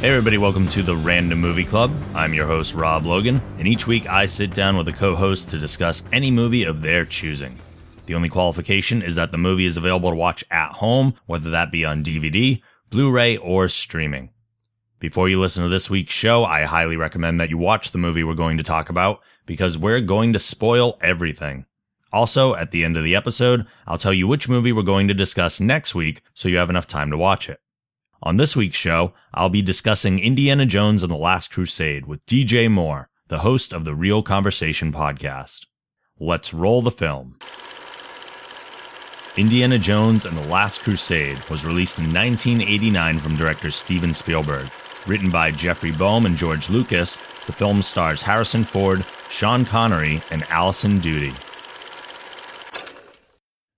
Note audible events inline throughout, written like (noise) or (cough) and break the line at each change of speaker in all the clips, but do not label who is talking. Hey, everybody, welcome to the Random Movie Club. I'm your host, Rob Logan, and each week I sit down with a co host to discuss any movie of their choosing. The only qualification is that the movie is available to watch at home, whether that be on DVD, Blu ray, or streaming. Before you listen to this week's show, I highly recommend that you watch the movie we're going to talk about because we're going to spoil everything. Also, at the end of the episode, I'll tell you which movie we're going to discuss next week so you have enough time to watch it. On this week's show, I'll be discussing Indiana Jones and the Last Crusade with DJ Moore, the host of the Real Conversation podcast. Let's roll the film. Indiana Jones and the Last Crusade was released in 1989 from director Steven Spielberg. Written by Jeffrey Boehm and George Lucas, the film stars Harrison Ford, Sean Connery, and Allison Duty.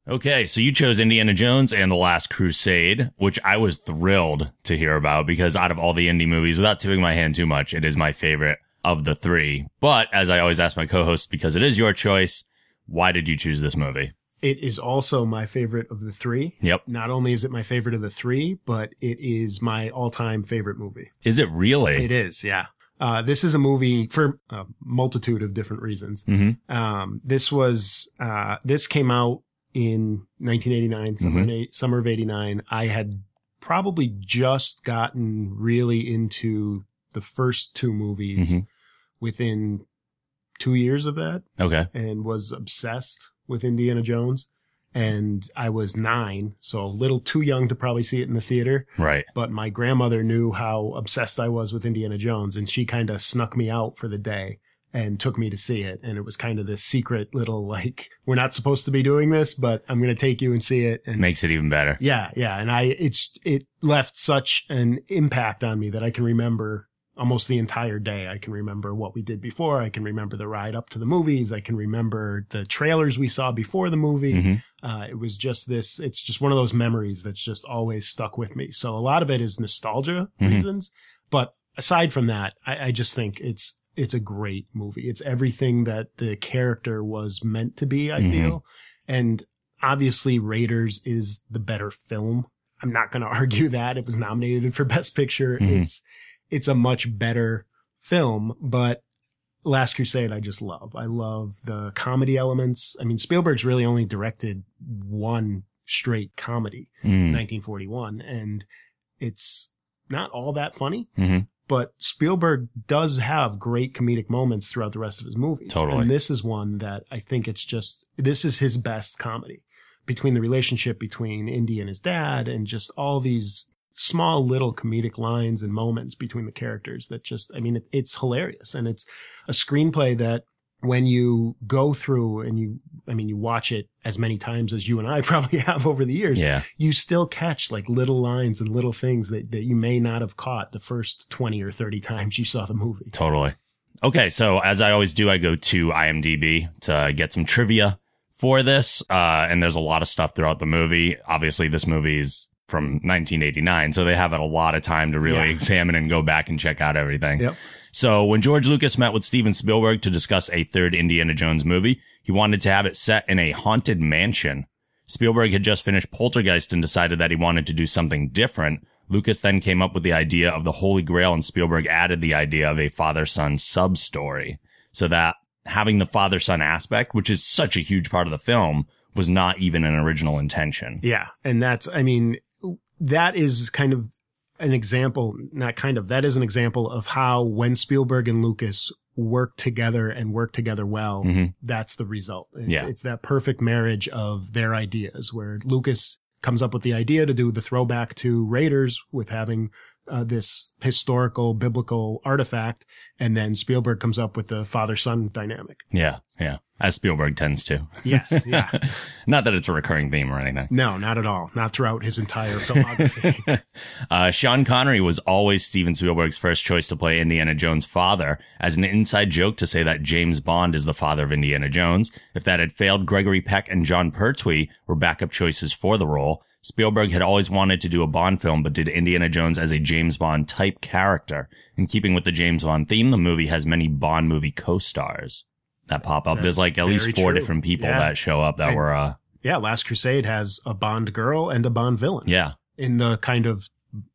Okay, so you chose Indiana Jones and The Last Crusade, which I was thrilled to hear about because out of all the indie movies, without tipping my hand too much, it is my favorite of the three. But as I always ask my co host, because it is your choice, why did you choose this movie?
It is also my favorite of the three.
Yep.
Not only is it my favorite of the three, but it is my all time favorite movie.
Is it really?
It is, yeah. Uh, this is a movie for a multitude of different reasons.
Mm-hmm.
Um, this was, uh, this came out in 1989, summer, in eight, summer of 89. I had probably just gotten really into the first two movies
Mhm.
within two years of that
Okay.
and was obsessed with Indiana Jones. And I was nine, so a little too young to probably see it in the theater.
Right.
But my grandmother knew how obsessed I was with Indiana Jones, and she kind of snuck me out for the day and took me to see it. And it was kind of this secret little like, we're not supposed to be doing this, but I'm going to take you and see it. And
Makes it even better.
yeah, yeah. And I, it's, it left such an impact on me that I can remember almost the entire day. I can remember what we did before. I can remember the ride up to the movies. I can remember the trailers we saw before the movie.
Mhm.
Uh, it was just this, it's just one of those memories that's just always stuck with me. So a lot of it is nostalgia
Mhm.
reasons. But aside from that, I, I just think it's, it's a great movie. It's everything that the character was meant to be, I
Mhm.
feel. And obviously Raiders is the better film. I'm not going to (laughs) argue that it was nominated for best picture.
Mhm.
It's it's a much better film, but Last Crusade I just love. I love the comedy elements. I mean Spielberg's really only directed one straight comedy,
Mm.
1941, and it's not all that funny.
Mhm.
But Spielberg does have great comedic moments throughout the rest of his movies.
Totally.
And this is one that I think it's just, this is his best comedy between the relationship between Indy and his dad and just all these small little comedic lines and moments between the characters that just, I mean, it, it's hilarious. And it's a screenplay that when you go through and you, I mean, you watch it as many times as you and I (laughs) probably have over the years
Yeah.
you still catch like little lines and little things that, that you may not have caught the first 20 or 30 times you saw the movie.
Totally. Okay, so as I always do, I go to IMDb to get some trivia for this, uh, and there's a lot of stuff throughout the movie. Obviously, this movie is from 1989, so they have had a lot of time to really (laughs)
Yeah.
examine and go back and check out everything.
Yep.
So when George Lucas met with Steven Spielberg to discuss a third Indiana Jones movie, he wanted to have it set in a haunted mansion. Spielberg had just finished Poltergeist and decided that he wanted to do something different. Lucas then came up with the idea of the Holy Grail, and Spielberg added the idea of a father son sub story. So that having the father son aspect, which is such a huge part of the film, was not even an original intention.
Yeah. And that's, I mean, that is kind of an example, not kind of, that is an example of how when Spielberg and Lucas work together and work together well,
Mhm.
that's the result. It's,
Yeah.
it's that perfect marriage of their ideas where Lucas comes up with the idea to do the throwback to Raiders with having uh, this historical biblical artifact. And then Spielberg comes up with the father son dynamic.
Yeah. Yeah. As Spielberg tends to.
(laughs) Yes. Yeah.
(laughs) not that it's a recurring theme or anything.
no, not at all. Not throughout his entire (laughs) filmography.
(laughs) uh, Sean Connery was always Steven Spielberg's first choice to play Indiana Jones' father, as an inside joke to say that James Bond is the father of Indiana Jones. If that had failed, Gregory Peck and John Pertwee were backup choices for the role. Spielberg had always wanted to do a Bond film, but did Indiana Jones as a James Bond type character. In keeping with the James Bond theme, the movie has many Bond movie co-stars that pop up.
That's
There's like at least
very
four
true.
different people
Yeah.
that show up that
And-
were, uh,
yeah, Last Crusade has a Bond girl and a Bond villain
yeah,
in the kind of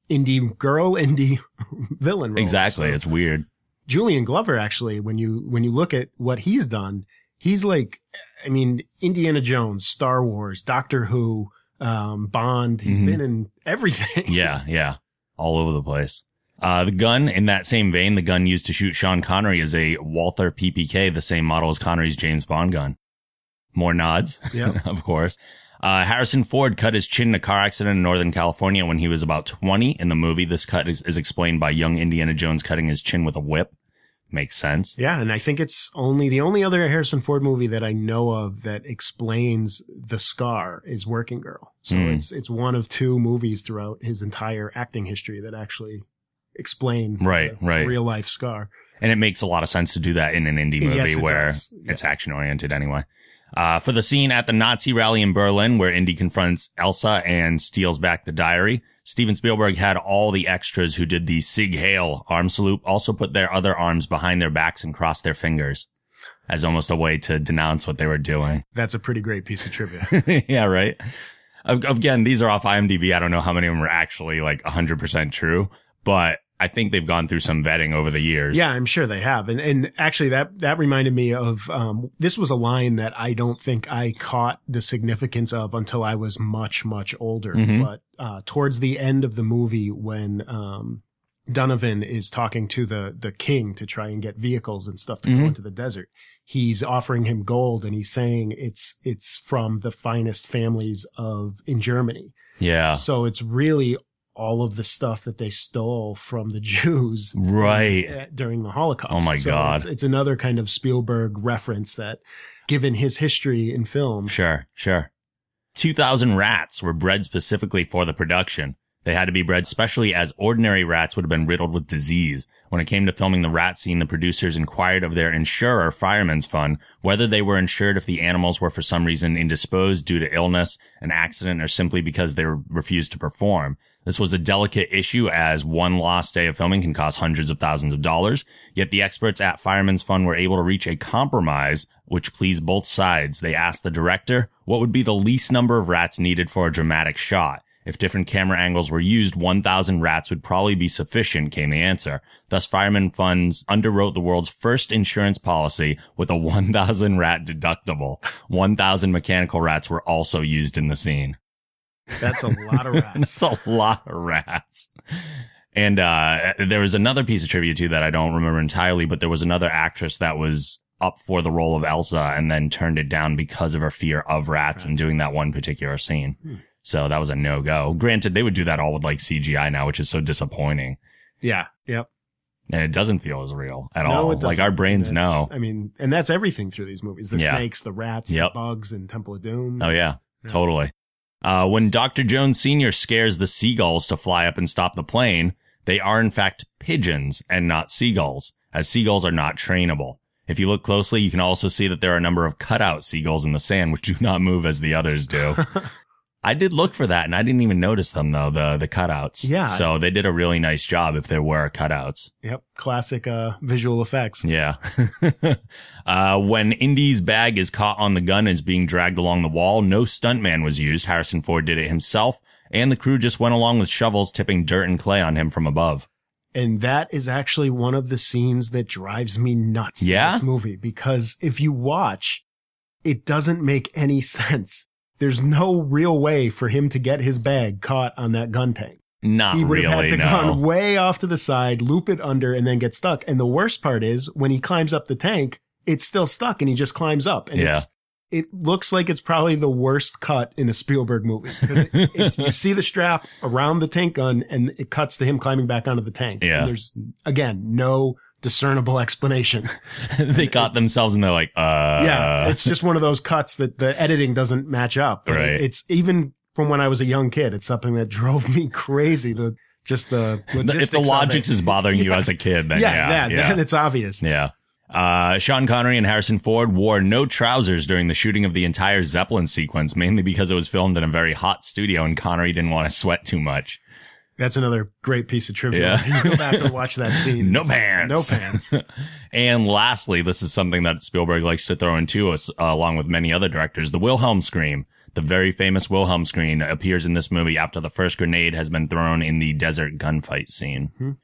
indie girl, indie (laughs) villain. Roles.
Exactly.
So
It's weird.
Julian Glover actually, when you when you look at what he's done, he's like, I mean, Indiana Jones, Star Wars, Doctor Who, um, Bond. He's
Mhm.
been in everything. (laughs)
Yeah, yeah. All over the place. Uh, the gun, in that same vein, the gun used to shoot Sean Connery is a Walther PPK, the same model as Connery's James Bond gun. More nods,
Yeah.
(laughs) of course. Uh, Harrison Ford cut his chin in a car accident in Northern California when he was about 20. In the movie, this cut is, is explained by young Indiana Jones cutting his chin with a whip. Makes sense.
Yeah, and I think it's only the only other Harrison Ford movie that I know of that explains the scar is Working Girl. So
Hmm.
it's it's one of two movies throughout his entire acting history that actually explain
Right,
the
right.
real life scar.
And it makes a lot of sense to do that in an indie movie
Yes, it
where
does. Yeah.
it's action oriented anyway. Uh, for the scene at the Nazi rally in Berlin where Indy confronts Elsa and steals back the diary, Steven Spielberg had all the extras who did the Sig Hail arm salute also put their other arms behind their backs and cross their fingers as almost a way to denounce what they were doing. (laughs)
That's a pretty great piece of trivia.
yeah, right. Ag- Again, these are off IMDb. I don't know how many of them are actually like 100% true, but I think they've gone through some vetting over the years.
yeah, I'm sure they have. And and actually that that reminded me of um, this was a line that I don't think I caught the significance of until I was much much older.
Mhm.
But uh, towards the end of the movie, when um, Donovan is talking to the the king to try and get vehicles and stuff to go
Mhm.
into the desert, he's offering him gold and he's saying it's it's from the finest families of in Germany.
Yeah.
So it's really all of the stuff that they stole from the (laughs) Jews
Right.
at- uh, during the Holocaust.
Oh my God.
It's, it's another kind of Spielberg reference that, given his history in film,
Sure, sure. 2,000 rats were bred specifically for the production. They had to be bred specially as ordinary rats would have been riddled with disease. When it came to filming the rat scene, the producers inquired of their insurer, Fireman's Fund, whether they were insured if the animals were for some reason indisposed due to illness, an accident, or simply because they were- refused to perform. This was a delicate issue as one lost day of filming can cost hundreds of thousands of dollars. Yet the experts at Fireman's Fund were able to reach a compromise which pleased both sides. They asked the director what would be the least number of rats needed for a dramatic shot. If different camera angles were used, 1,000 rats would probably be sufficient, came the answer. Thus, Fireman Funds underwrote the world's first insurance policy with a (laughs) 1,000 rat deductible. 1,000 mechanical rats were also used in the scene.
that's a
(laughs)
lot of rats.
That's a lot of rats. And uh, there was another piece of trivia too that I don't remember entirely, but there was another actress that was up for the role of Elsa and then turned it down because of her fear of rats and doing that one particular scene.
Hmm.
So that was a no go. Granted, they would do that all with like CGI now, which is so disappointing.
yeah. Yep.
And it doesn't feel as real at
No,
all.
it doesn't.
Like our brains
That's-
know.
I mean, and that's everything through these movies: the
Yeah.
snakes, the rats,
Yep.
the bugs, and Temple of Doom.
Oh yeah,
Yeah.
totally. Uh, when Dr. Jones Sr. scares the seagulls to fly up and stop the plane, they are in fact pigeons and not seagulls, as seagulls are not trainable. If you look closely, you can also see that there are a number of cutout seagulls in the sand, which do (laughs) not move as the others
(laughs)
do. I did look for that, and I didn't even notice them though the the cutouts.
Yeah.
So they did a really nice job if there were cutouts.
Yep. Classic uh, visual effects.
Yeah. (laughs) uh, when Indy's bag is caught on the gun and is being dragged along the wall, no stuntman was used. Harrison Ford did it himself, and the crew just went along with shovels tipping dirt and clay on him from above.
And that is actually one of the scenes that drives me nuts
Yeah?
in this movie because if you watch, it doesn't make any (laughs) sense. There's no real way for him to get his bag caught on that gun tank.
Not
he would
really,
have had to
no.
gun way off to the side, loop it under, and then get stuck. And the worst part is when he climbs up the tank, it's still stuck and he just climbs up. And
Yeah.
it's, it looks like it's probably the worst cut in a Spielberg movie. 'Cause it- it's, you see the strap around the tank gun and it cuts to him climbing back onto the tank.
Yeah.
And there's, again, no discernible explanation.
(laughs) they got themselves and they're like, uh.
yeah. It's just one of those cuts that the editing doesn't match up. And
Right.
It's even from when I was a young kid, it's something that (laughs) drove me crazy. The, just the logistics.
if the
of it.
logics is bothering you
(laughs) Yeah.
as a kid, then
yeah,
yeah.
yeah, then it's
(laughs)
obvious.
Yeah. Uh, Sean Connery and Harrison Ford wore no trousers during the shooting of the entire Zeppelin sequence, mainly because it was filmed in a very hot studio and Connery didn't want to sweat too much.
That's another great piece of trivia.
Yeah.
You go back and
(laughs)
watch that scene.
No
It's-
pants.
No
(laughs)
pants.
and lastly, this is something that Spielberg likes to throw into us, uh, along with many other directors, the Wilhelm scream. The very famous Wilhelm screen appears in this movie after the first grenade has been thrown in the desert gunfight scene.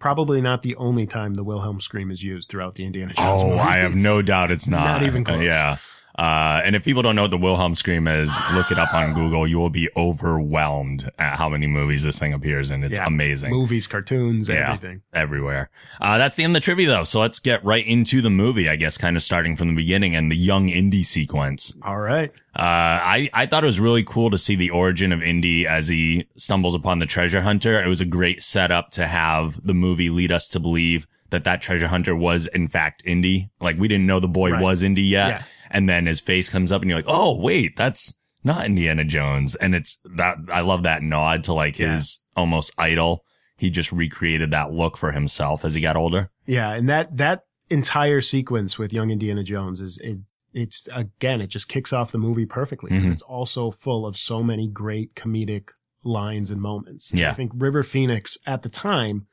Probably not the only time the Wilhelm scream is used throughout the Indiana Jones.
Oh, I have no
movies.
doubt it's not.
Not even close.
yeah. Uh, and if people don't know what the Wilhelm scream is, look it up on Google. You will be overwhelmed at how many movies this thing appears in. It's
Yeah.
amazing.
Movies, cartoons,
Yeah.
everything.
Everywhere. Uh, that's the end of the trivia though. So let's get right into the movie, I guess, kind of starting from the beginning and the young Indy sequence.
All right.
Uh, I, I thought it was really cool to see the origin of Indy as he stumbles upon the treasure hunter. It was a great setup to have the movie lead us to believe that that treasure hunter was in fact Indy. Like we didn't know the boy
Right.
was Indy yet.
Yeah.
And then his face comes up and you're like, Oh, wait, that's not Indiana Jones. And it's that I love that nod to like his almost idol. He just recreated that look for himself as he got older.
Yeah, and that that entire sequence with young Indiana Jones is, is it's again it just kicks off the movie perfectly 'cause
Mhm.
it's also full of so many great comedic lines and moments.
Yeah.
I think River Phoenix at the time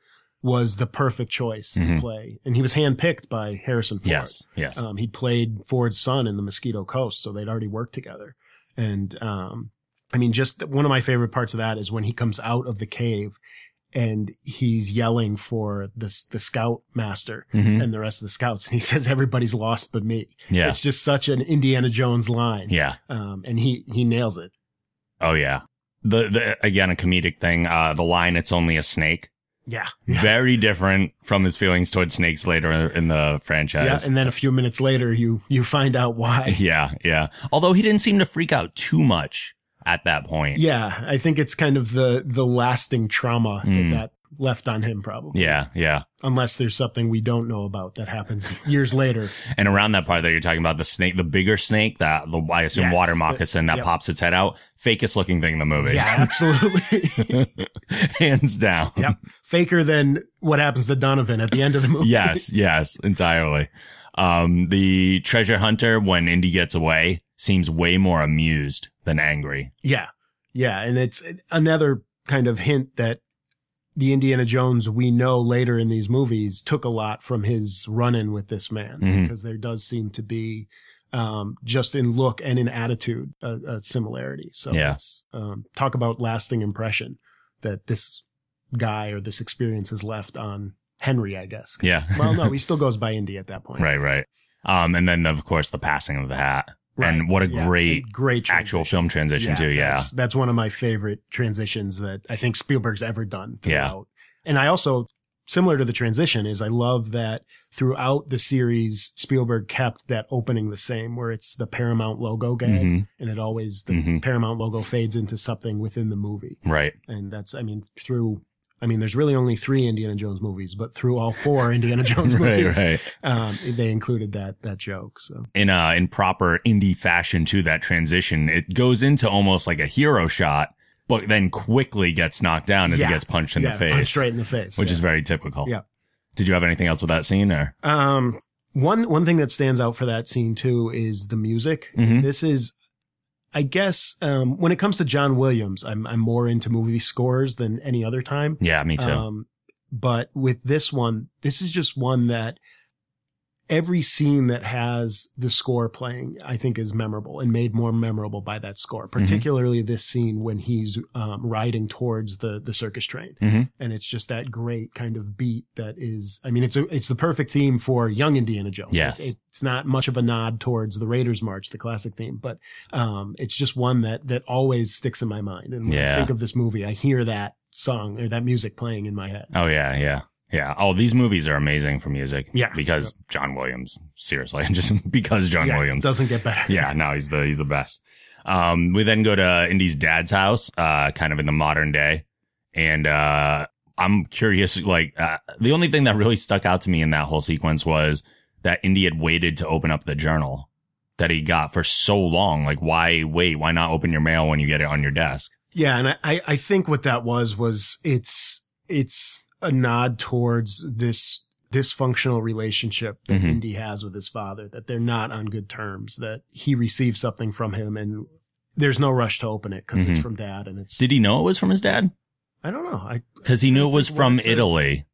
was the perfect choice
Mhm.
to play, and he was handpicked by Harrison Ford.
Yes. Yes.
Um, he played Ford's son in the Mosquito Coast, so they'd already worked together. And um, I mean, just th- one of my favorite parts of that is when he comes out of the cave and he's yelling for this the scout master
Mhm.
and the rest of the scouts, and he (laughs) says, "Everybody's lost but me."
Yeah.
It's just such an Indiana Jones line,
Yeah.
um, and he he nails it.
Oh yeah. The, the again a comedic thing. Uh, the line "It's only a snake"
Yeah,
very different from his feelings towards snakes later in the
yeah.
franchise.
And then a few minutes later, you you find
(laughs)
out why.
yeah, yeah. Although he didn't seem to freak out too much at that point.
Yeah, I think it's kind of the the lasting trauma
Mm.
that, that left on him, probably.
Yeah, yeah.
unless there's something we don't know about that happens years later.
And around that part that you're talking about, the snake, the bigger snake, that the I assume
Yes.
water moccasin that
Yep.
pops its head out, fakest looking thing in the movie,
Yeah, absolutely.
(laughs) hands down.
yep. Faker than what happens to Donovan at the end of the movie.
yes, yes, entirely. Um, the treasure hunter, when Indy gets away, seems way more amused than angry.
Yeah. Yeah. And it's another kind of hint that the Indiana Jones we know later in these movies took a lot from his run in with this man
Mhm.
because there does seem to be um, just in look and in attitude a, a similarity. So
Yeah.
it's, um, talk about lasting impression that this guy or this experience has left on Henry, I guess.
Yeah.
(laughs) well, no, he still goes by Indy at that point.
(laughs) Right, right. Um, and then of course the passing of the hat.
Right.
And what a
Yeah.
great
great
actual
transition.
film transition too. Yeah.
That's, that's one of my favorite transitions that I think Spielberg's ever done
Yeah.
throughout. And I also, similar to the transition, is I love that throughout the series, Spielberg kept that opening the same, where it's the Paramount logo gag,
Mhm.
and it always, the
Mhm.
Paramount logo fades into something within the movie. (laughs)
Right.
And that's, I mean, through. I mean, there's really only three Indiana Jones movies, but through all
(laughs)
four Indiana Jones
Right,
movies,
right.
Um, they included that that joke. So
In uh in proper indie fashion too, that transition, it goes into almost like a hero shot, but then quickly gets knocked down as
Yeah.
he gets punched in
yeah,
the face.
punched right in the face,
Which
yeah.
is very typical.
Yeah.
Did you have anything else with that scene or
Um, one one thing that stands out for that scene too is the music.
Mhm.
This is, I guess, um, when it comes to John Williams, I'm I'm more into movie scores than any other time.
Yeah, me too.
Um, but with this one, this is just one that every scene that has the score playing, I think, is memorable and made more memorable by that score.
Mm-hmm.
Particularly this scene when he's um, riding towards the the circus train,
Mhm.
and it's just that great kind of beat that is. I mean, it's a it's the perfect theme for young Indiana Jones.
Yes.
It- it's not much of a nod towards the Raiders March, the classic theme, but um, it's just one that that always sticks in my mind. And when
Yeah.
I think of this movie, I hear that song or that music playing in my head.
Oh yeah, yeah. Yeah. Oh, these movies are amazing for music.
Yeah.
Because John Williams. Seriously. (laughs) Just because John
Yeah, it
Williams.
doesn't get better.
yeah, no, he's the he's the best. Um, we then go to Indy's dad's house, uh, kind of in the modern day, and uh, I'm curious. Like uh, the only thing that really stuck out to me in that whole sequence was that Indy had waited to open up the journal that he got for so long. Like, why wait? Why not open your mail when you get it on your desk?
(laughs) Yeah, and I- I, I think what that was was it's it's a nod towards this dysfunctional relationship that
Mhm.
Indy has with his father, that they're not on good terms, that he receives something from him and there's no rush to open it because it's
Mhm.
from dad and it's
Did he know it was from his dad?
I don't know. I
Because he knew it was
Well,
from
it says-
Italy.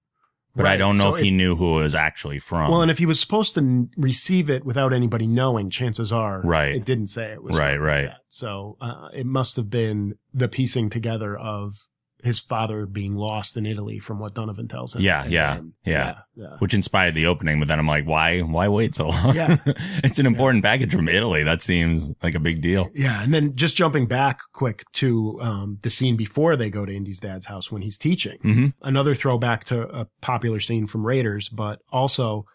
but I
Right,
don't know
so
if he knew who it was actually from.
Well, and if he was supposed to n- receive it without anybody knowing, chances are
Right.
it didn't say it was
Right,
from his
right.
dad. So uh, it must have been the piecing together of his father being lost in Italy from what Donovan tells him.
Yeah,
And
yeah,
then-
yeah.
yeah,
which inspired the opening, but then I'm like, why, why wait so long?
Yeah.
(laughs) it's an important package from Italy. That seems like a big deal.
Yeah, and then just jumping back quick to um, the scene before they go to Indy's dad's house when he's teaching.
Mhm.
Another throwback to a popular scene from Raiders, but also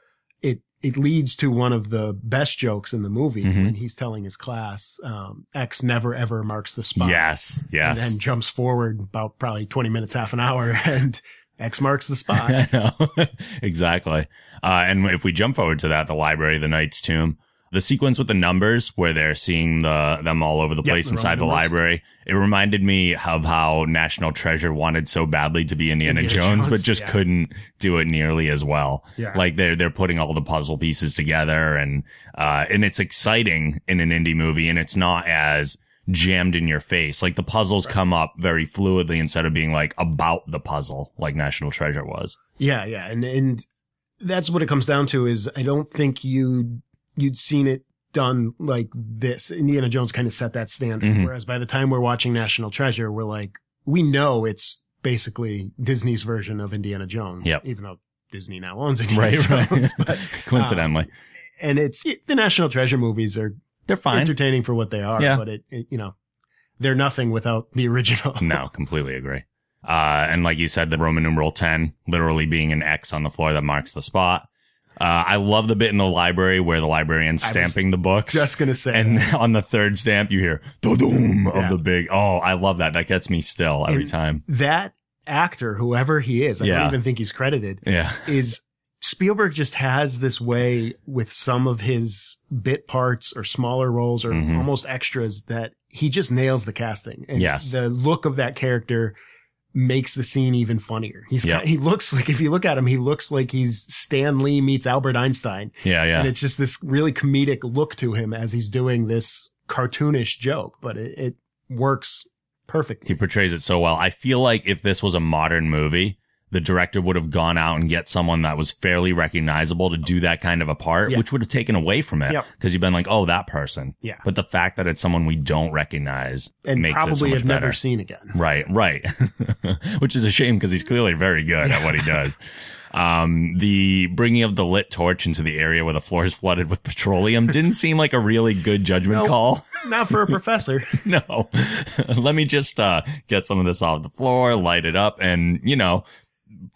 it it leads to one of the best jokes in the movie
Mhm.
when he's telling his class, um, "X never ever marks the spot."
Yes,
and
yes.
then jumps forward about probably twenty minutes, half an hour, (laughs) and X marks the
(laughs)
spot.
I know. exactly. Uh, and if we jump forward to that, the library, the knight's tomb, the sequence with the numbers where they're seeing the them all over the
Yeah,
place
the
inside the
Roman numbers.
library, it reminded me of how National Treasure wanted so badly to be Indiana,
Indiana
Jones, but
Jones,
just
yeah.
couldn't do it nearly as well.
Yeah.
Like they're they're putting all the puzzle pieces together, and uh, and it's exciting in an indie movie, and it's not as jammed in your face. Like the puzzles come up very fluidly instead of being like about the puzzle, like National Treasure was.
Yeah, yeah, and and that's what it comes down to is I don't think you you'd seen it done like this. Indiana Jones kind of set that standard.
Mhm.
Whereas by the time we're watching National Treasure, we're like we know it's basically Disney's version of Indiana Jones.
Yep.
Even though Disney now owns
(laughs)
(laughs) Indiana
right,
Jones,
right.
(laughs) but-
Coincidentally,
and it's the National Treasure movies are
um, they're fine.
entertaining for what they are,
Yeah.
but it, it you know they're nothing without the original.
no, completely agree. Uh, and like you said, the Roman numeral ten literally being an X on the floor that marks the spot. Uh, I love the bit in the library where the librarian's
I was
stamping the books.
(laughs) Just gonna say
and (laughs)
that.
on the third stamp, you hear the doom
Yeah.
of the big. Oh, I love that. That gets me still every
And-
time.
that actor, whoever he is, I
Yeah.
don't even think he's credited.
Yeah,
is Spielberg just has this way with some of his bit parts or smaller roles or
Mhm.
almost extras that he just nails the casting. And
Yes.
the look of that character makes the scene even funnier. He's
Yeah.
ki- he looks like if you look at him, he looks like he's Stan Lee meets Albert Einstein.
yeah, yeah.
And it's just this really comedic look to him as he's doing this cartoonish joke, but it, it works perfectly.
He portrays it so well. I feel like if this was a modern movie, the director would have gone out and get someone that was fairly recognizable to do that kind of a part,
Yeah.
which would have taken away from it
Yep.
because you've been like, oh, that person.
Yeah.
But the fact that it's someone we don't recognize
And
makes
probably
it so much
have
better.
never seen again.
(laughs)
(laughs)
Right, right. (laughs) Which is a shame because he's clearly very good at what he does. Um, the bringing of the lit torch into the area where the floor is flooded with petroleum didn't seem like a really good judgment
Nope.
call.
Not for a professor.
(laughs) no, let me just uh, get some of this off the floor, light it up, and you know,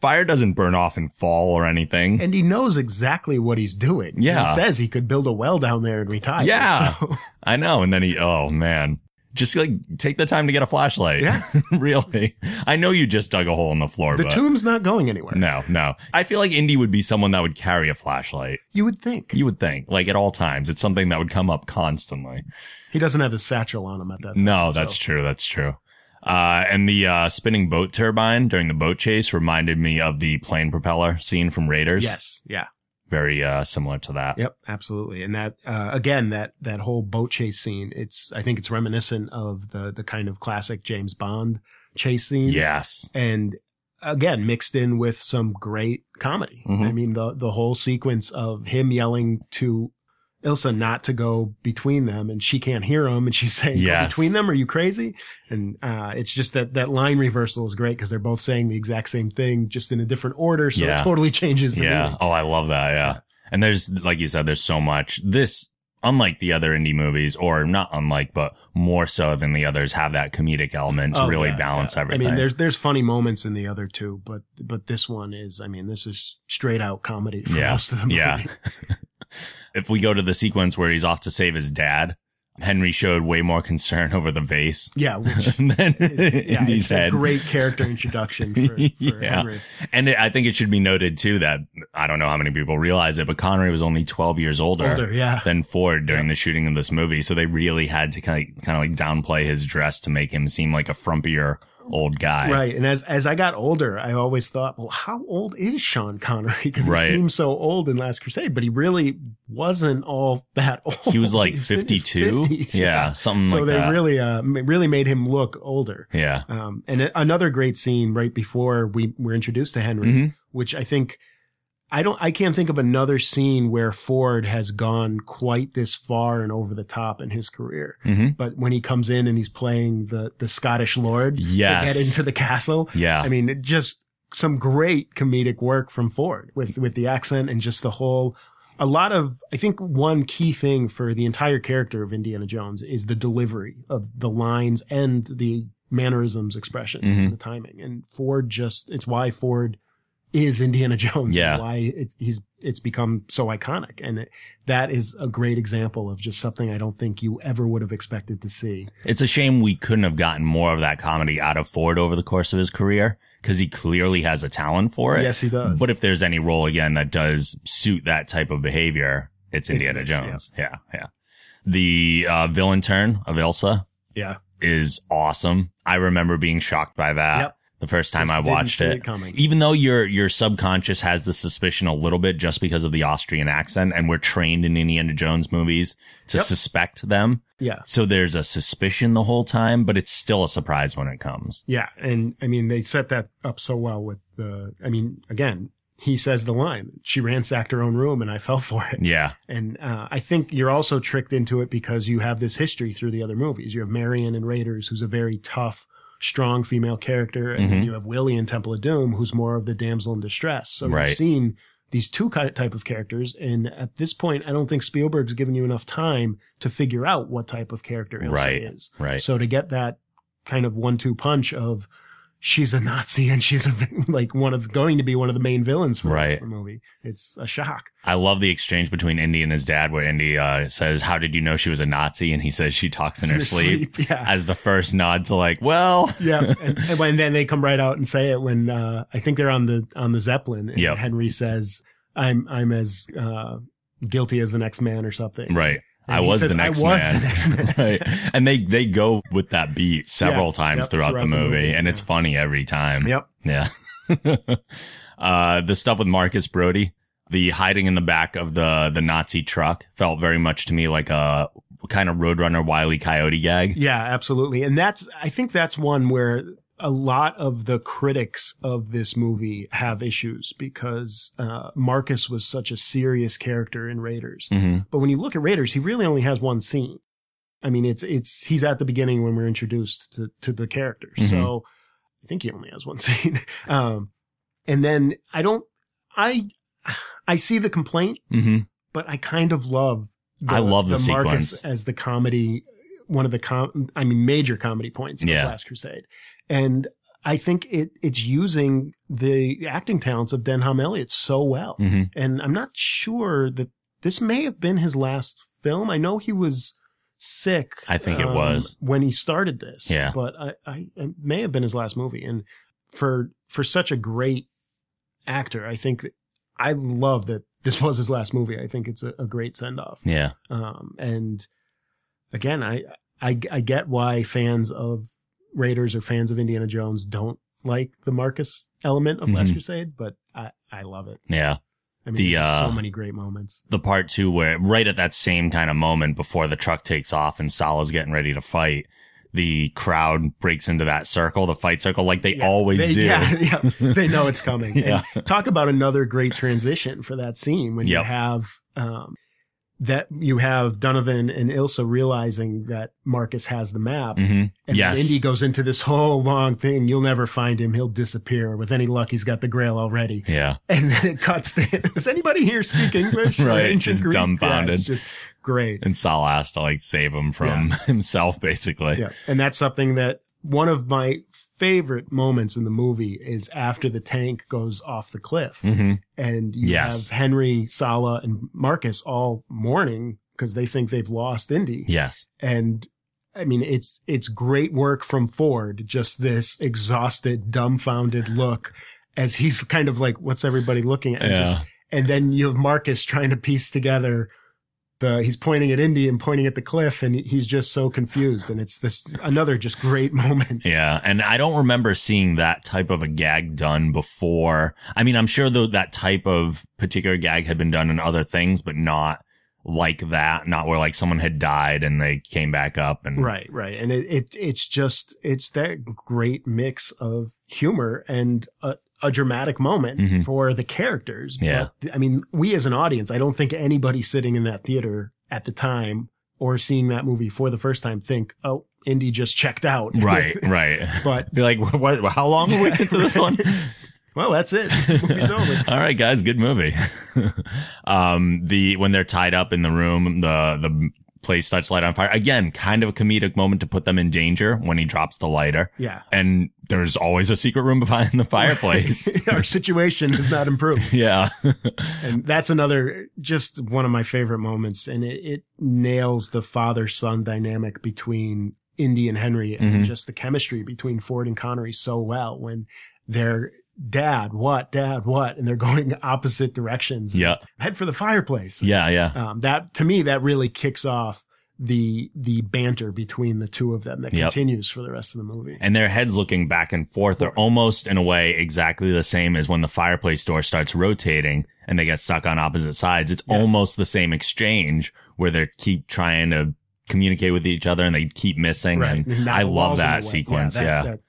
fire doesn't burn off and fall or anything.
and he knows exactly what he's doing.
Yeah.
He says he could build a well down there and retire.
Yeah. (laughs)
So,
I know. And then he, oh man, just like take the time to get a flashlight.
Yeah.
(laughs) really. I know you just dug a hole in the floor,
the
but
tomb's not going anywhere.
no, no. I feel like Indy would be someone that would carry a flashlight.
You would think.
You would think, like at all times, it's something that would come up constantly.
he doesn't have his satchel on him at that time.
No, that's
so-
true. That's true. Uh, and the uh, spinning boat turbine during the boat chase reminded me of the plane propeller scene from Raiders.
Yes. Yeah.
Very uh, similar to that.
Yep. Absolutely. And that, uh, again, that, that whole boat chase scene, it's, I think it's reminiscent of the, the kind of classic James Bond chase scenes.
Yes.
and again mixed in with some great comedy.
Mhm.
I mean the the whole sequence of him yelling to Ilsa not to go between them, and she can't hear him, and she's (laughs) saying, "Go
Yes.
"Between them, are you crazy?" And uh, it's just that that line reversal is great because they're both saying the exact same thing, just in a different order, so
Yeah.
it totally changes the
Yeah.
meaning.
Oh, I love that. Yeah. And there's, like you said, there's so much. This, unlike the other indie movies, or not unlike, but more so than the others, have that comedic element to
Oh,
really
yeah,
balance
yeah.
everything.
I mean, there's there's funny moments in the other two, but but this one is, I mean, this is straight out comedy for
Yeah.
most of the movie. (laughs)
Yeah. if we go to the sequence where he's off to save his dad, Henry showed way more concern (laughs) over the vase.
yeah, which
and then (laughs)
is, yeah,
Indy's
it's
head.
a
(laughs)
great character introduction for, for
Yeah.
Henry.
And it, I think it should be noted too that I don't know how many people realize it, but Connery was only 12 years older,
Older, yeah.
than Ford during the shooting of this movie. So they really had to kind of, kind of like downplay his dress to make him seem like a frumpier old guy.
Right. And as as I got older, I always thought, well, how old is Sean Connery? (laughs) Because
Right.
he seemed so old in Last Crusade, but he really wasn't all that (laughs) old.
He was like
was in his
52.
50s,
yeah, something
So
like
they
that.
really uh m- really made him look older.
yeah.
Um, and a- another great scene right before we were introduced to Henry
Mhm.
which I think I don't I can't think of another scene where Ford has gone quite this far and over the top in his career.
Mm-hmm.
But when he comes in and he's playing the the Scottish lord to
Yes.
get into the castle,
Yeah.
I mean, it just some great comedic work from Ford with with the accent and just the whole. A lot of I think one key thing for the entire character of Indiana Jones is the delivery of the lines and the mannerisms, expressions,
Mhm.
and the timing. And Ford just it's why Ford is Indiana (laughs) Jones. and
Yeah.
why it's he's it's become so iconic, and it, that is a great example of just something I don't think you ever would have expected to see.
It's a shame we couldn't have gotten more of that comedy out of Ford over the course of his career because he clearly has a talent for it.
Yes, he does.
But if there's any role again that does suit that type of behavior, it's
It's
Indiana
this,
Jones. Yeah. yeah, The uh, villain turn of Ilsa
yeah,
is awesome. I remember being shocked by that
Yep.
the first time
Just
I
didn't
watched
see
it.
coming.
Even though your your subconscious has the suspicion a little bit just because of the Austrian accent, and we're trained in Indiana Jones movies to
Yep.
suspect them.
Yeah.
So there's a suspicion the whole time, but it's still a surprise when it comes.
Yeah, and I mean they set that up so well with the. I mean, again, he says the line: "She ransacked her own room, and I fell (laughs) for it."
Yeah.
And uh, I think you're also tricked into it because you have this history through the other movies. You have Marion in Raiders, who's a very tough, strong female character, and then
Mhm.
you have Willie in Temple of Doom, who's more of the damsel in distress. So
Right.
you've seen these two ki- type of characters, and at this point, I don't think Spielberg's given you enough time to figure out what type of character Ilsa
Right.
is.
Right.
So to get that kind of one-two punch of she's a Nazi and she's a (laughs) like one of going to be one of the main villains for the rest of the movie, it's a shock.
I love the exchange between Indy and his dad where Indy uh, says, How did you know she was a Nazi? And he says she talks in her sleep
yeah.
as the first nod to like, (laughs) well
yeah, and, and when then they come right out and say it when uh, I think they're on the on the Zeppelin and
Yep.
Henry says I'm I'm as uh, guilty as the next man or something.
Right.
And
I
he
was
says,
the next
I was
man.
the next man.
(laughs) right. And they they go with that beat several
Yeah.
times
Yep.
throughout, the movie, and it's
yeah.
funny every time.
Yep.
Yeah. (laughs) uh, the stuff with Marcus Brody, the hiding in the back of the the Nazi truck, felt very much to me like a kind of Roadrunner Wiley Coyote gag.
Yeah, absolutely. And that's I think that's one where a lot of the critics of this movie have issues because uh, Marcus was such a serious character in Raiders.
hmm
But when you look at Raiders, he really only has one scene. I mean, it's it's he's at the beginning when we're introduced to to the character. So I think he only has one (laughs) scene. Um, and then I don't I I see the complaint,
hmm
but I kind of love
I love the
Marcus
sequence.
as the comedy one of the com I mean major comedy points in
Yeah.
the Last Crusade. And I think it it's using the acting talents of Denham Elliott so well
hmm
and I'm not sure that this may have been his last film. I know he was sick.
I think it was.
Um, when he started this.
Yeah.
but I, I it may have been his last movie. And for for such a great actor, I think that- I love that this was his last movie. I think it's a, a great send off.
Yeah.
Um, and again, I, I I get why fans of Raiders or fans of Indiana Jones don't like the Marcus element of Last
Mhm.
Crusade, but I I love it.
Yeah.
I mean,
The,
there's just
uh,
so many great moments.
the part two where right at that same kind of moment before the truck takes off and Salah's getting ready to fight, the crowd breaks into that circle, the fight circle, like they
Yeah.
always
They-
do. (laughs)
Yeah, yeah, they know it's coming.
Yeah.
And talk about another great transition for that scene when
Yep.
you have um, that you have Donovan and Ilsa realizing that Marcus has the map.
hmm
And
Yes.
then Indy goes into this whole long thing. You'll never find him. He'll disappear. With any luck, he's got the grail already. (laughs)
Yeah.
And then it cuts to Does anybody here speak English?
(laughs)
or
Right,
ancient
just
Greek? Yeah,
dumbfounded.
it's just great.
And Salah has to like save him from (laughs) himself, basically.
Yeah. And that's something that one of my favorite moments in the movie is after the tank goes off the cliff
hmm
and you
Yes.
have Henry, Sala, and Marcus all mourning because they think they've lost Indy.
Yes.
And I mean, it's, it's great work from Ford, just this exhausted, dumbfounded look as he's kind of like, what's everybody looking at? And
yeah.
just- and then you have Marcus trying to piece together the he's pointing at Indy and pointing at the cliff and he's just so confused and it's this another just great (laughs) moment.
Yeah, and I don't remember seeing that type of a gag done before. I mean, I'm sure though that type of particular gag had been done in other things, but not like that. Not where like someone had died and they came back up and
Right, right. And it, it it's just it's that great mix of humor and a, a dramatic moment
Mhm.
for the characters.
Yeah.
But, I mean, we as an audience, I don't think anybody sitting in that theater at the time or seeing that movie for the first time think, oh, Indy just checked out.
(laughs) Right, right.
(laughs) but,
Be like, what, how long are we into this (laughs) one?
well, that's
(laughs)
it. Movie's over.
All right, guys, good movie. (laughs) um, the when they're tied up in the room, the the place starts to light on fire again. Kind of a comedic moment to put them in danger when he drops the lighter.
Yeah. (laughs)
And there's always a secret room behind the (laughs) fireplace.
Our situation has not improved.
yeah, (laughs)
And that's another, just one of my favorite moments. And it, it nails the father son dynamic between Indy and Henry and
Mhm.
just the chemistry between Ford and Connery so well when they're dad, what, dad, what, and they're going (laughs) opposite directions.
yeah,
Head for the fireplace.
yeah, yeah.
Um, that to me, that really kicks off the, the banter between the two of them that
Yep.
continues for the rest of the movie.
And their heads looking back and forth are almost in a way exactly the same as when the fireplace door starts rotating and they get stuck on opposite sides. It's
Yeah.
almost the same exchange where they keep trying to communicate with each other and they keep missing. And
And
I
the
love
walls in
that
the way.
sequence. Yeah.
that- that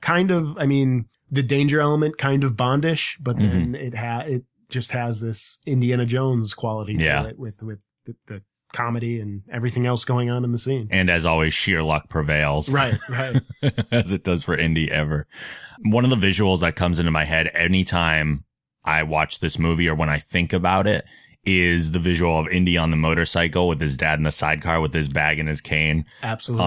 kind of, I mean, the danger element kind of bondish, but
Mm-hmm.
then it ha it just has this Indiana Jones quality
Yeah.
to it with with the, the comedy and everything else going on in the scene.
And as always, sheer luck prevails.
Right, right.
(laughs) as it does for indie ever. One of the visuals that comes into my head anytime I watch this movie or when I think about it is the visual of Indy on the motorcycle with his dad in the sidecar with his bag and his cane
Absolutely.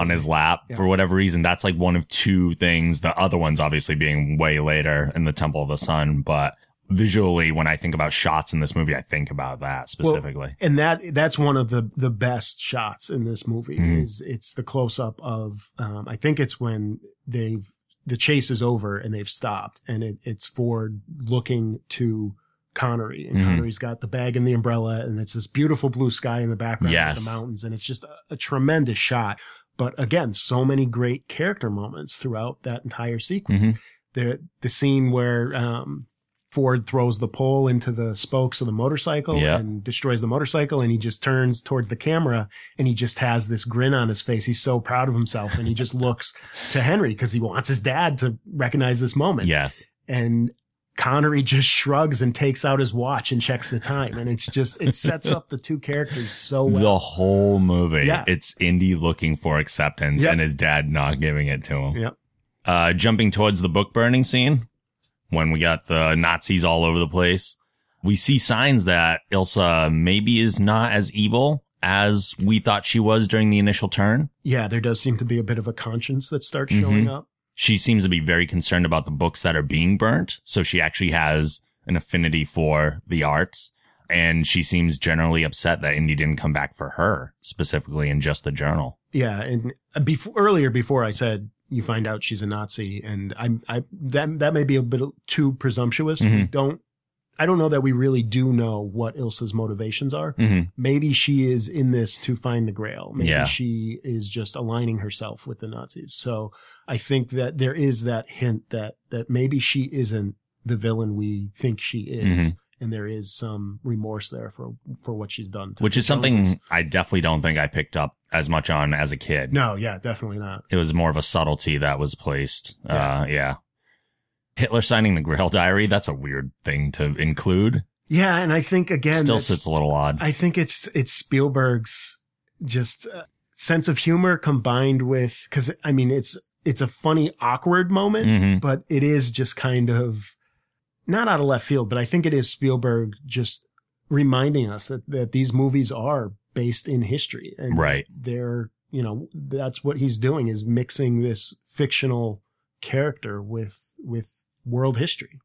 (laughs) on his lap.
Yeah.
For whatever reason, that's like one of two things. The other one's obviously being way later in the Temple of the Sun, but visually, when I think about shots in this movie, I think about that specifically.
and that that's one of the the best shots in this movie
Mhm.
is it's the close up of um, I think it's when they've the chase is over and they've stopped and it, it's Ford looking to Connery and
Mhm.
Connery's got the bag and the umbrella and it's this beautiful blue sky in the background
Yes.
with the mountains and it's just a, a tremendous shot. But again, so many great character moments throughout that entire sequence.
Mhm.
The the scene where um, Ford throws the pole into the spokes of the motorcycle
Yeah.
and destroys the motorcycle and he just turns towards the camera and he just has this grin on his face. He's so proud of himself and
(laughs)
he just looks to Henry because he wants his dad to recognize this moment.
Yes.
And Connery just shrugs and takes out his watch and checks the time. And it's just, it sets up the two characters so
(laughs)
well.
The whole movie,
oh, Yeah.
it's Indy looking for acceptance
Yep.
and his dad not giving it to him.
Yep.
Uh, jumping towards the book burning scene, when we got the Nazis all over the place, we see signs that Ilsa maybe is not as evil as we thought she was during the initial turn.
Yeah, there does seem to be a bit of a conscience that starts
Mhm.
showing up.
She seems to be very concerned about the books that are being burnt, so she actually has an affinity for the arts. And she seems generally upset that Indy didn't come back for her specifically in just the journal.
Yeah, and before earlier before I said you find out she's a Nazi, and I'm I that that may be a bit too presumptuous. We
Mhm.
don't I don't know that we really do know what Ilsa's motivations are.
hmm
Maybe she is in this to find the Grail. Maybe
Yeah.
she is just aligning herself with the Nazis. So I think that there is that hint that that maybe she isn't the villain we think she is.
Mm-hmm.
And there is some remorse there for for what she's done, to
which
the
is something
Joneses.
I definitely don't think I picked up as much on as a kid.
No, yeah, definitely not.
It was more of a subtlety that was placed. Yeah.
Yeah.
Uh, yeah. Hitler signing the Grail Diary, that's a weird thing to include.
Yeah, and I think again,
Still
that's-
sits a little odd.
I think it's it's Spielberg's just uh, sense of humor combined with because I mean it's it's a funny awkward moment,
Mhm.
but it is just kind of not out of left field. But I think it is Spielberg just reminding us that that these movies are based in history, and
Right. (laughs)
They're you know that's what he's doing is mixing this fictional character with with world history.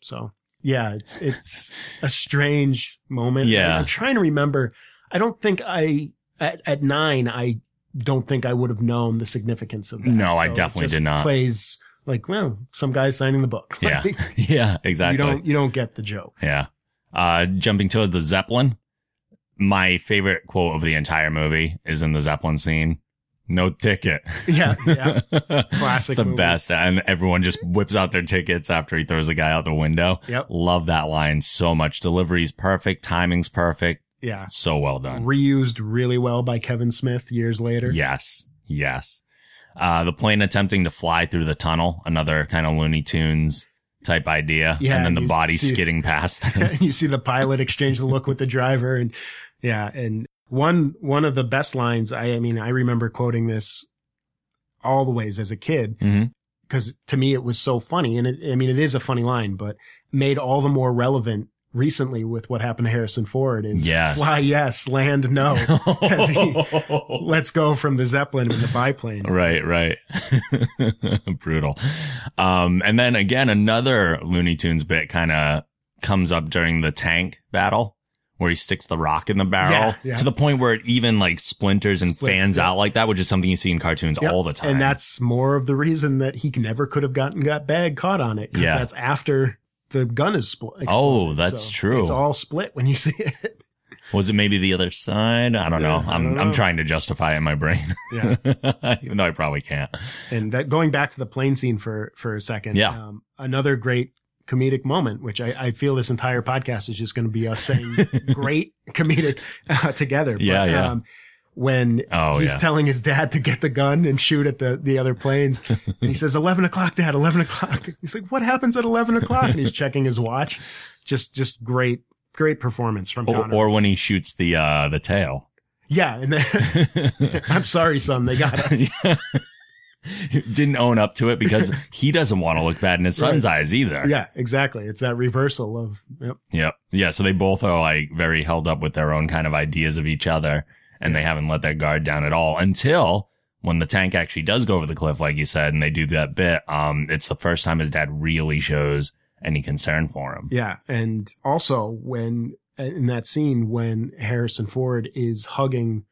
So yeah, it's it's a strange moment.
Yeah.
I'm trying to remember. I don't think I at, at nine. I don't think I would have known the significance of that.
No, I
it
definitely
just
did not.
Plays like well, some guy's signing the book. (laughs)
Yeah,
Like,
Yeah, exactly.
you don't you don't get the joke. (laughs)
Yeah. Uh, jumping to the Zeppelin. My favorite quote of the entire movie is in the Zeppelin scene. No ticket.
Yeah,
(laughs)
yeah.
Classic.
Classic
the
movie.
best. And everyone just whips out their tickets after he throws the guy out the window.
Yep.
Love that line so much. Delivery's perfect. Timing's perfect.
Yeah,
So well done.
reused really well by Kevin Smith years later.
Yes. Yes. Uh, the plane attempting to fly through the tunnel. Another kind of Looney Tunes type idea,
Yeah,
and then the
you
body
see-
skidding
(laughs)
past them.
you see the pilot exchange the look with the driver and yeah and one one of the best lines i i mean i remember quoting this all the ways as a kid
hmm
because to me it was so funny and it, i mean it is a funny line but made all the more relevant recently with what happened to harrison ford is
Yes.
fly yes land
(laughs)
no (laughs) As let's go from the zeppelin and the biplane
Right, right. (laughs) Brutal. Um, and then again, another Looney Tunes bit kind of comes up during the tank battle where he sticks the rock in the barrel
Yeah, yeah.
to the point where it even like splinters and
Splits,
fans
yeah.
out like that, which is something you see in cartoons
Yep.
all the time.
And that's more of the reason that he never could have gotten got bag caught on it. 'cause
Yeah.
that's after the gun is split.
Oh, that's true.
It's all split when you (laughs) see it.
was it maybe the other side? I don't
Yeah,
know.
I
I'm,
don't
I'm
know.
trying to justify it in my brain,
Yeah.
(laughs) even though I probably can't.
and that going back to the plane scene for for a second.
Yeah.
Um, another great comedic moment, which I, I feel this entire podcast is just going to be us saying
(laughs)
great comedic uh, together.
Yeah, yeah.
Um, when
Oh,
he's
yeah.
telling his dad to get the gun and shoot at the, the other
(laughs)
planes. And he says, 11 o'clock, dad, 11 o'clock. (laughs) He's like, what happens at 11 o'clock? And he's checking his watch. Just, just great, great performance from
Or,
Connor.
or when he shoots the, uh, the tail. (laughs)
yeah. And then, (laughs) I'm sorry, son, they got
(laughs)
us.
Didn't own up to it because he doesn't want to look bad in his son's eyes either.
Yeah, exactly. It's that reversal of, yep.
Yep. Yeah. So they both are like very held up with their own kind of ideas of each other and they haven't let their guard down at all until when the tank actually does go over the cliff, like you said, and they do that bit. Um, it's the first time his dad really shows any concern for him.
Yeah, and also when in that scene when Harrison Ford is hugging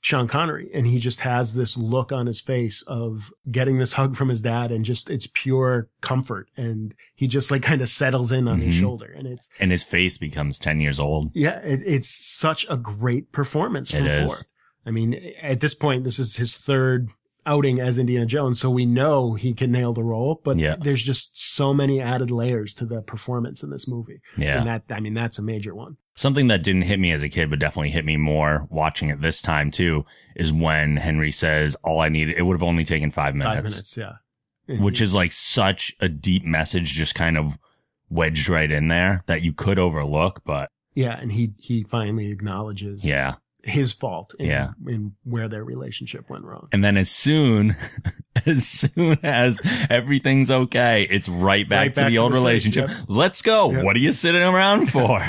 Sean Connery and he just has this look on his face of getting this hug from his dad and just it's pure comfort and he just like kind of settles in on his
Mhm.
shoulder and it's
And his face becomes 10 years old.
yeah, it, it's such a great performance
It
from
is.
Ford. I mean, at this point, this is his third outing as Indiana Jones, so we know he can nail the role. But
Yeah.
there's just so many added layers to the performance in this movie,
Yeah.
and that I mean, that's a major one.
Something that didn't hit me as a kid, but definitely hit me more watching it this time too, is when Henry says, all I needed, it would have only taken
five minutes. Yeah,
which is like such a deep message just kind of wedged right in there that you could overlook but
yeah, and he he finally acknowledges
yeah
his fault in,
Yeah.
in where their relationship went wrong.
and then as soon (laughs) as soon as everything's okay it's right back
Right
to
back
the
to
old
the same,
relationship
yep.
let's go
Yep.
what are you sitting
(laughs)
around for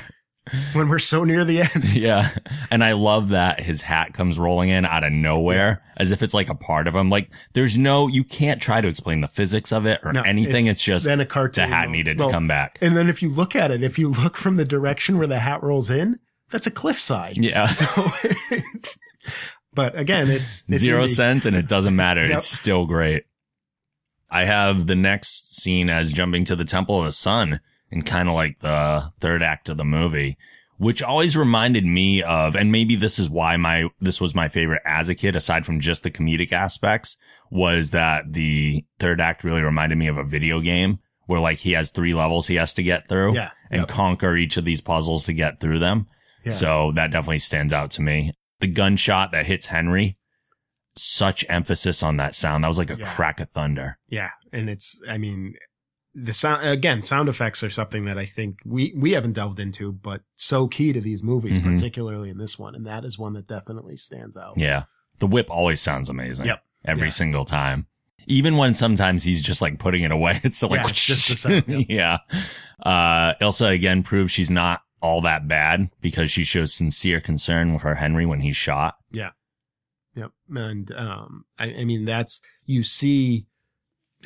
When we're so near the end,
yeah and i love that his hat comes rolling in out of nowhere as if it's like a part of him like there's no you can't try to explain the physics of it or
No,
anything it's, just
then a cartoon.
the hat
mo-
needed
well,
to come back
And then if you look at it, if you look from the direction where the hat rolls in, that's a cliffside.
yeah
(laughs) So, it's, but again, it's, (laughs) it's
zero
indie.
cents and it doesn't matter.
Yep.
It's still great. I have the next scene as jumping to the Temple of the Sun and kind of like the third act of the movie, which always reminded me of, and maybe this is why my, this was my favorite as a kid, aside from just the comedic aspects, was that the third act really reminded me of a video game where like he has three levels he has to get through
Yeah.
and
Yep.
conquer each of these puzzles to get through them.
Yeah.
So that definitely stands out to me. The gunshot that hits Henry, such emphasis on that sound. That was like a
Yeah.
crack of thunder.
Yeah, and it's I mean the sound again, sound effects are something that I think we we haven't delved into, but so key to these movies,
Mhm.
particularly in this one, and that is one that definitely stands out.
Yeah. The whip always sounds amazing.
Yep.
Every
Yeah.
single time. Even when sometimes he's just like putting it away. (laughs) It's still like,
Yeah, it's just the
(laughs)
sound,
yeah. Uh, Elsa again proves she's not all that bad because she shows sincere concern for Henry when he's shot.
Yep. And um I, I mean that's you see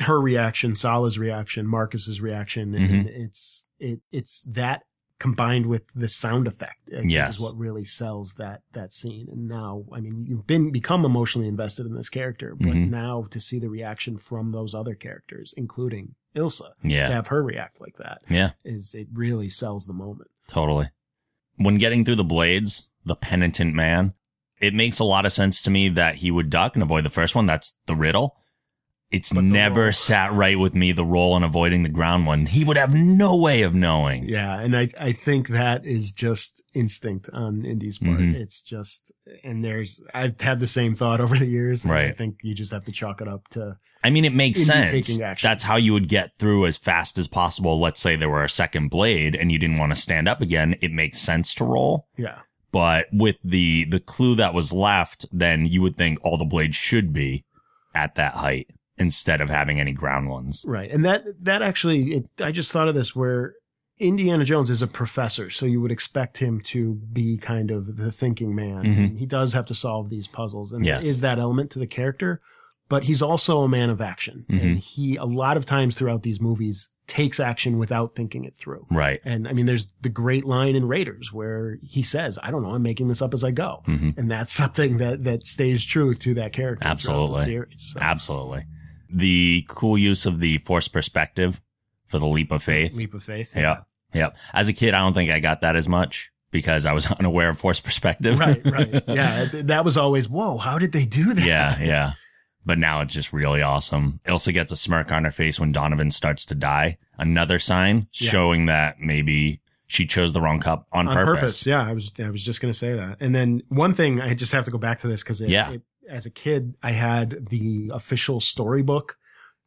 her reaction, Sala's reaction, Marcus's reaction, and
Mm-hmm.
it's it it's that combined with the sound effect I think,
Yes.
is what really sells that that scene. And now, I mean, you've been become emotionally invested in this character, but
Mhm.
now to see the reaction from those other characters, including Ilsa, to
Yeah.
have her react like that
Yeah.
is it really sells the moment.
Totally. When getting through the blades, the penitent man, it makes a lot of sense to me that he would duck and avoid the first one. That's the riddle. It's
But the
never
role-
sat right with me the role in avoiding the ground one. He would have no way of knowing.
Yeah, and I I think that is just instinct on Indy's part.
Mhm.
It's just and there's I've had the same thought (laughs) over the years. and I
Right.
think you just have to chalk it up to
I mean, it makes
Indy
sense.
taking action.
That's how you would get through as fast as possible. Let's say there were a second blade and you didn't want to stand up again. It makes sense to roll.
yeah.
But with the, the clue that was left, then you would think all the blades should be at that height instead of having any ground ones.
Right. And that that actually it, I just thought of this where Indiana Jones is a professor, so you would expect him to be kind of the thinking man.
Mhm.
He does have to solve these puzzles and
Yes.
there is that element to the character, but he's also a man of action.
Mm-hmm.
And he a lot of times throughout these movies takes action without thinking it through.
Right.
And I mean there's the great line in Raiders where he says, I don't know, I'm making this up as I go.
hmm
And that's (laughs) something that that stays true to that character throughout the
Absolutely.
series. So,
Absolutely. The cool use of the force perspective for the leap of faith.
Leap of faith.
Yeah. Yep. As a kid, I don't think I got that as much because I was (laughs) unaware of force perspective.
right,
(laughs)
right. Yeah, th- that was always, whoa, how did they do that?
yeah,
(laughs)
yeah. But now it's just really awesome. Ilsa gets a smirk on her face when Donovan starts to die. Another sign
Yeah.
showing that maybe she chose the wrong cup on,
on purpose. Yeah, I was I was just going to say that. And then one thing I just have to go back to this cuz
Yeah.
as a kid I had the official storybook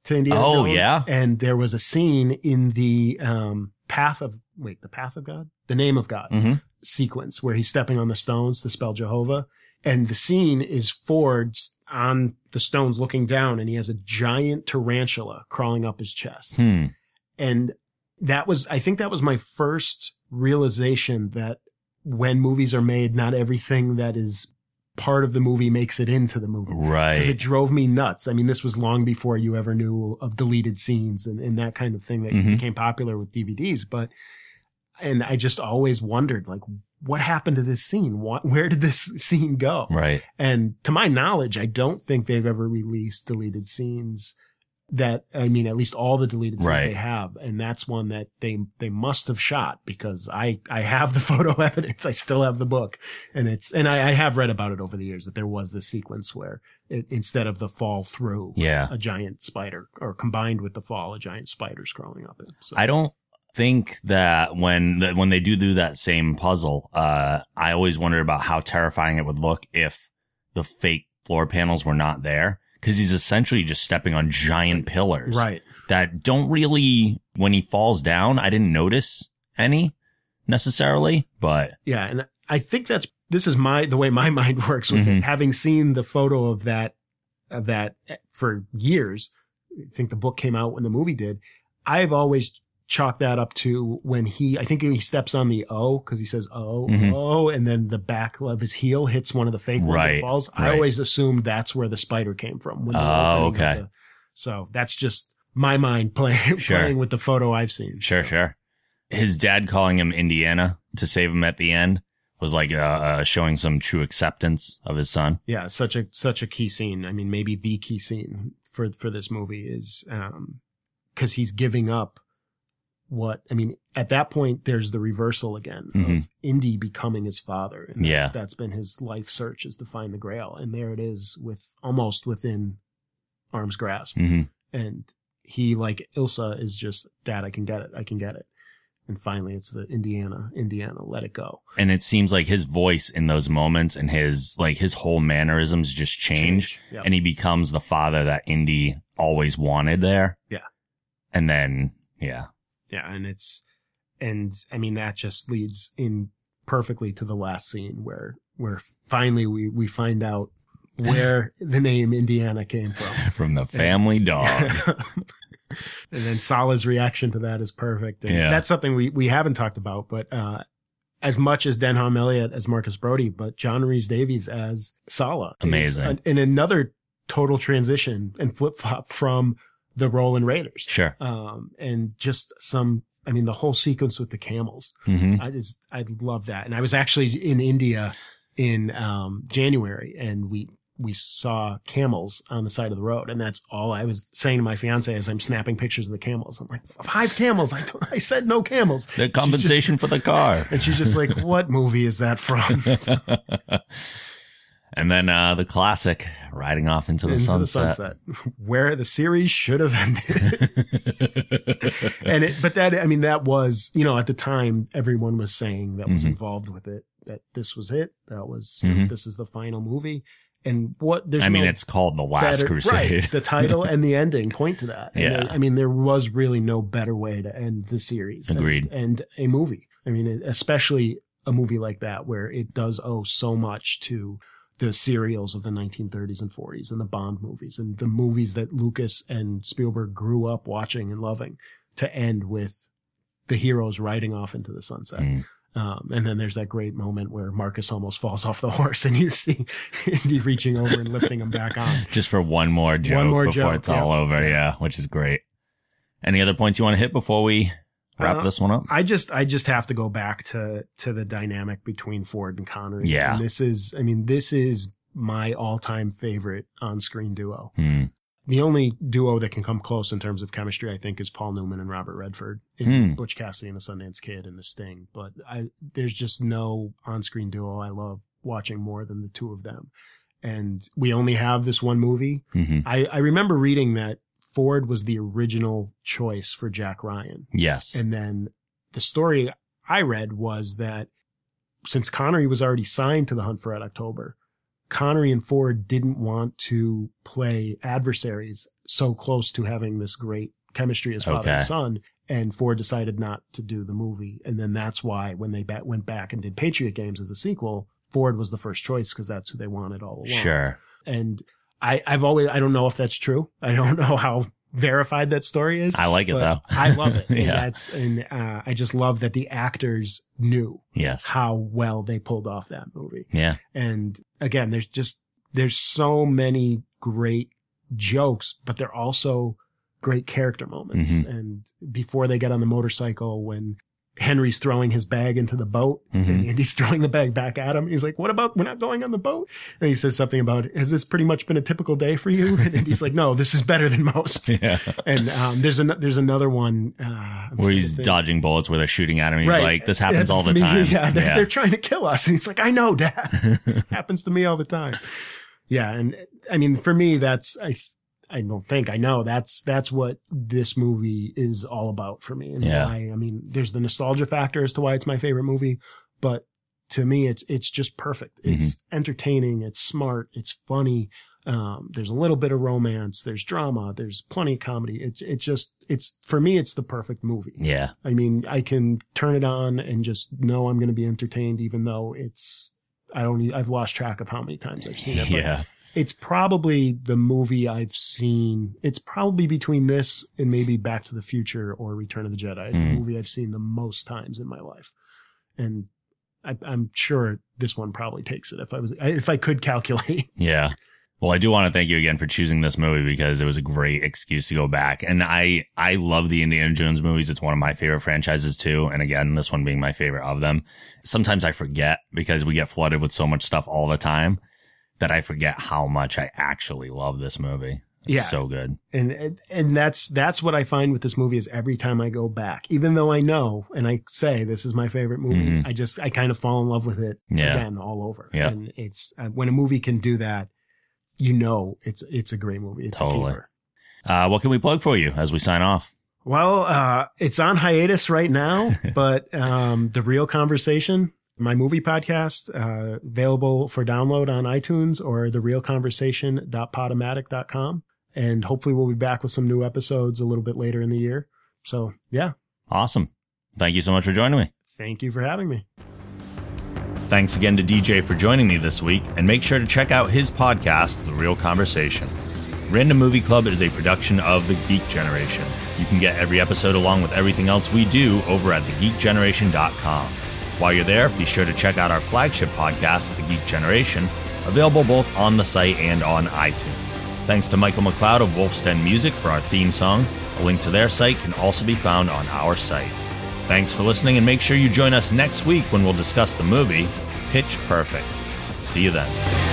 to Indiana
Oh,
Jones,
yeah?
and there was a scene in the um path of wait, the path of God, the name of God
Mhm.
sequence where he's stepping on the stones to spell Jehovah and the scene is Ford's on the stones looking down and he has a giant tarantula crawling up his chest.
Hmm.
and that was i think that was my first realization that when movies are made not everything that is part of the movie makes it into the movie because
Right.
it drove me nuts i mean this was long before you ever knew of deleted scenes and, and that kind of thing that
Mhm.
became popular with dvds but and i just always wondered like what happened to this scene what, (laughs) where did this scene go
Right.
and to my knowledge, I don't think they've ever released deleted scenes that I mean, at least all the deleted scenes
Right.
they have. And that's one that they they must have shot because I I have the (laughs) photo evidence. I still have the book. And it's and I, I have read about it over the years that there was this sequence where it, instead of the fall through
Yeah.
a giant spider or combined with the fall, a giant spider's crawling up it. So
I don't think that when that when they do do that same puzzle, uh, I always wonder about how terrifying it would look if the fake floor panels were not there because he's essentially just stepping on giant pillars
Right.
that don't really when he falls down. I didn't notice any necessarily, but
Yeah, and I think that's this is my the way my (laughs) mind works with it.
Mhm.
Having seen the photo of that of that eh, for years, I think the book came out when the movie did. I've always chalked that up to when he I think he steps on the O because he says oh
Mhm.
oh and then the back of his heel hits one of the fake ones and
Right,
falls. I
right.
always assumed that's where the spider came from. when they were
Oh,
opening
okay.
the- so that's just my mind (laughs) playing
Sure.
playing with the photo I've seen.
Sure,
So,
sure. His dad calling him Indiana to save him at the end was like uh, uh, showing some true acceptance of his son.
yeah such a such a key scene i mean maybe the key scene for for this movie is um because he's giving up what i mean at that point there's the reversal again of
Mhm.
indy becoming his father and
Yeah.
that's, that's been his life search is to find the grail and there it is with almost within arm's grasp
hmm
and he like ilsa is just dad i can get it i can get it and finally it's the indiana indiana let it go
and it seems like his voice in those moments and his like his whole mannerisms just change,
yeah
and he becomes the father that Indy always wanted there.
Yeah.
And then yeah. (laughs)
Yeah, and it's and I mean that just leads in perfectly to the last scene where where finally we we
(laughs)
find out where the name Indiana came from.
From the family (laughs) dog.
(laughs) and then Sala's reaction to that is perfect. And
Yeah.
that's something we we haven't talked about, but uh as much as Denham Elliott as Marcus Brody, but John Reese Davies as Sala. is
Amazing.
an- in another total transition and flip flop from the role in Raiders
sure.
um, and just some. I mean, the whole sequence with the camels.
hmm
I just I love that. And I was actually in India in um, January, and we we saw camels on the side of the road, and that's all I was saying to my fiance as I'm snapping pictures of the camels. I'm like, five camels. I don't, I said no camels,
The compensation for the car. (laughs)
and she's just like, what movie is that from?
and And then uh, the classic, riding off into the,
Into
sunset.
where the series should have ended. (laughs) and it, but that I mean that was you know at the time everyone was saying that was
Mhm.
involved with it that this was it that was
Mhm.
this is the final movie and what there's
(laughs) I mean,
no
it's called The Last
better-
Crusade.
right,
(laughs)
the title and the ending point to that. And
Yeah.
there- I mean there was really no better way to end the series. and-
Agreed.
And, a movie. I mean it- especially a movie like that where it does owe so much to the serials of the 1930s and 40s and the Bond movies and the movies that Lucas and Spielberg grew up watching and loving to end with the heroes riding off into the sunset.
Mm.
Um, and then there's that great moment where Marcus almost falls off the horse and you see (laughs) Indy reaching over and lifting him back on.
(laughs) Just for one more joke
more
before
joke,
it's all
yeah.
over. Yeah, which is great. Any other points you want to hit before we wrap
Uh,
this one up?
I just I just have to go back to to the dynamic between Ford and Connery.
Yeah.
And this is I mean this is my all-time favorite on-screen duo.
Hmm.
The only duo that can come close in terms of chemistry I think is Paul Newman and Robert Redford in
Hmm.
Butch Cassidy and the Sundance Kid and the Sting, but I there's just no on-screen duo I love watching more than the two of them. And we only have this one movie
hmm
I, I remember reading that Ford was the original choice for Jack Ryan.
Yes.
And then the story I read was that since Connery was already signed to the Hunt for Red October, Connery and Ford didn't want to play adversaries so close to having this great chemistry as father
Okay.
and son. And Ford decided not to do the movie. And then that's why when they ba- went back and did Patriot Games as a sequel, Ford was the first choice because that's who they wanted all along
Sure.
and I, I've always I don't know if that's true. I don't (laughs) know how verified that story is.
I like it
but
though.
I love it. And
yeah.
that's and uh, I just love that the actors knew (laughs)
Yes.
how well they pulled off that movie.
Yeah.
And again, there's just there's so many great jokes, but they're also great character moments.
Mhm.
And before they get on the motorcycle, when Henry's throwing his bag into the boat
Mhm.
and Andy's (laughs) throwing the bag back at him. He's like, "What about we're not going on the boat?" And he says something about, "Has this pretty much been a typical day for you?" And he's like, "No, this is better than
(laughs)
most."
Yeah.
And um, there's an, there's another one uh,
Where
I'm trying to
he's
think.
dodging bullets where they're shooting at him. He's
Right.
like, this happens all the
to me.
time.
(laughs) Yeah,
(laughs)
they're, they're trying to kill us. And he's like, "I know, Dad." (laughs) happens to me all the time. Yeah, and I mean for me that's I I don't think I know that's that's what this movie is all about for me and
Yeah.
why I mean there's the nostalgia factor as to why it's my favorite movie, but to me it's it's just perfect. It's entertaining, it's smart, it's funny. Um, there's a little bit of romance, there's drama, there's plenty of comedy. It it just it's for me it's the perfect movie.
yeah.
I mean, I can turn it on and just know I'm going to be entertained, even though it's I don't e- I've lost track of how many times I've (laughs) seen it. but
Yeah.
it's probably the movie I've seen. It's probably between this and maybe Back to the Future or Return of the Jedi is
Mm.
the movie I've seen the most times in my life, and I, I'm sure this one probably takes it if I was I- if I could calculate.
Yeah. Well, I do want to thank you again for choosing this movie because it was a great excuse to go back. And I, I love the Indiana Jones movies. It's one of my favorite franchises too. And again, this one being my favorite of them. Sometimes I forget because we get flooded with so much stuff all the time that I forget how much I actually love this movie. It's
Yeah.
so good.
and and- and that's that's what I find with this movie is every time I go back, even though I know and I say this is my favorite movie,
Mhm.
I just I kind of fall in love with it
Yeah.
again all over.
Yeah.
and it's uh, when a movie can do that, you know, it's it's a great movie. It's
Totally.
a keeper.
Uh, what can we plug for you as we sign off?
Well, uh, it's on hiatus right now, but um, the real conversation, my movie podcast, uh, available for download on iTunes or therealconversation.podomatic.com. And hopefully we'll be back with some new episodes a little bit later in the year. So, yeah,
Awesome. Thank you so much for joining me.
thank you for having me.
Thanks again to DJ for joining me this week, and make sure to check out his podcast, The Real Conversation. Random Movie Club is a production of The Geek Generation. You can get every episode along with everything else we do over at thegeekgeneration.com. While you're there, be sure to check out our flagship podcast, The Geek Generation, available both on the site and on iTunes. Thanks to Michael McLeod of Wolfsten Music for our theme song. A link to their site can also be found on our site. Thanks for listening, and make sure you join us next week when we'll discuss the movie Pitch Perfect. See you then.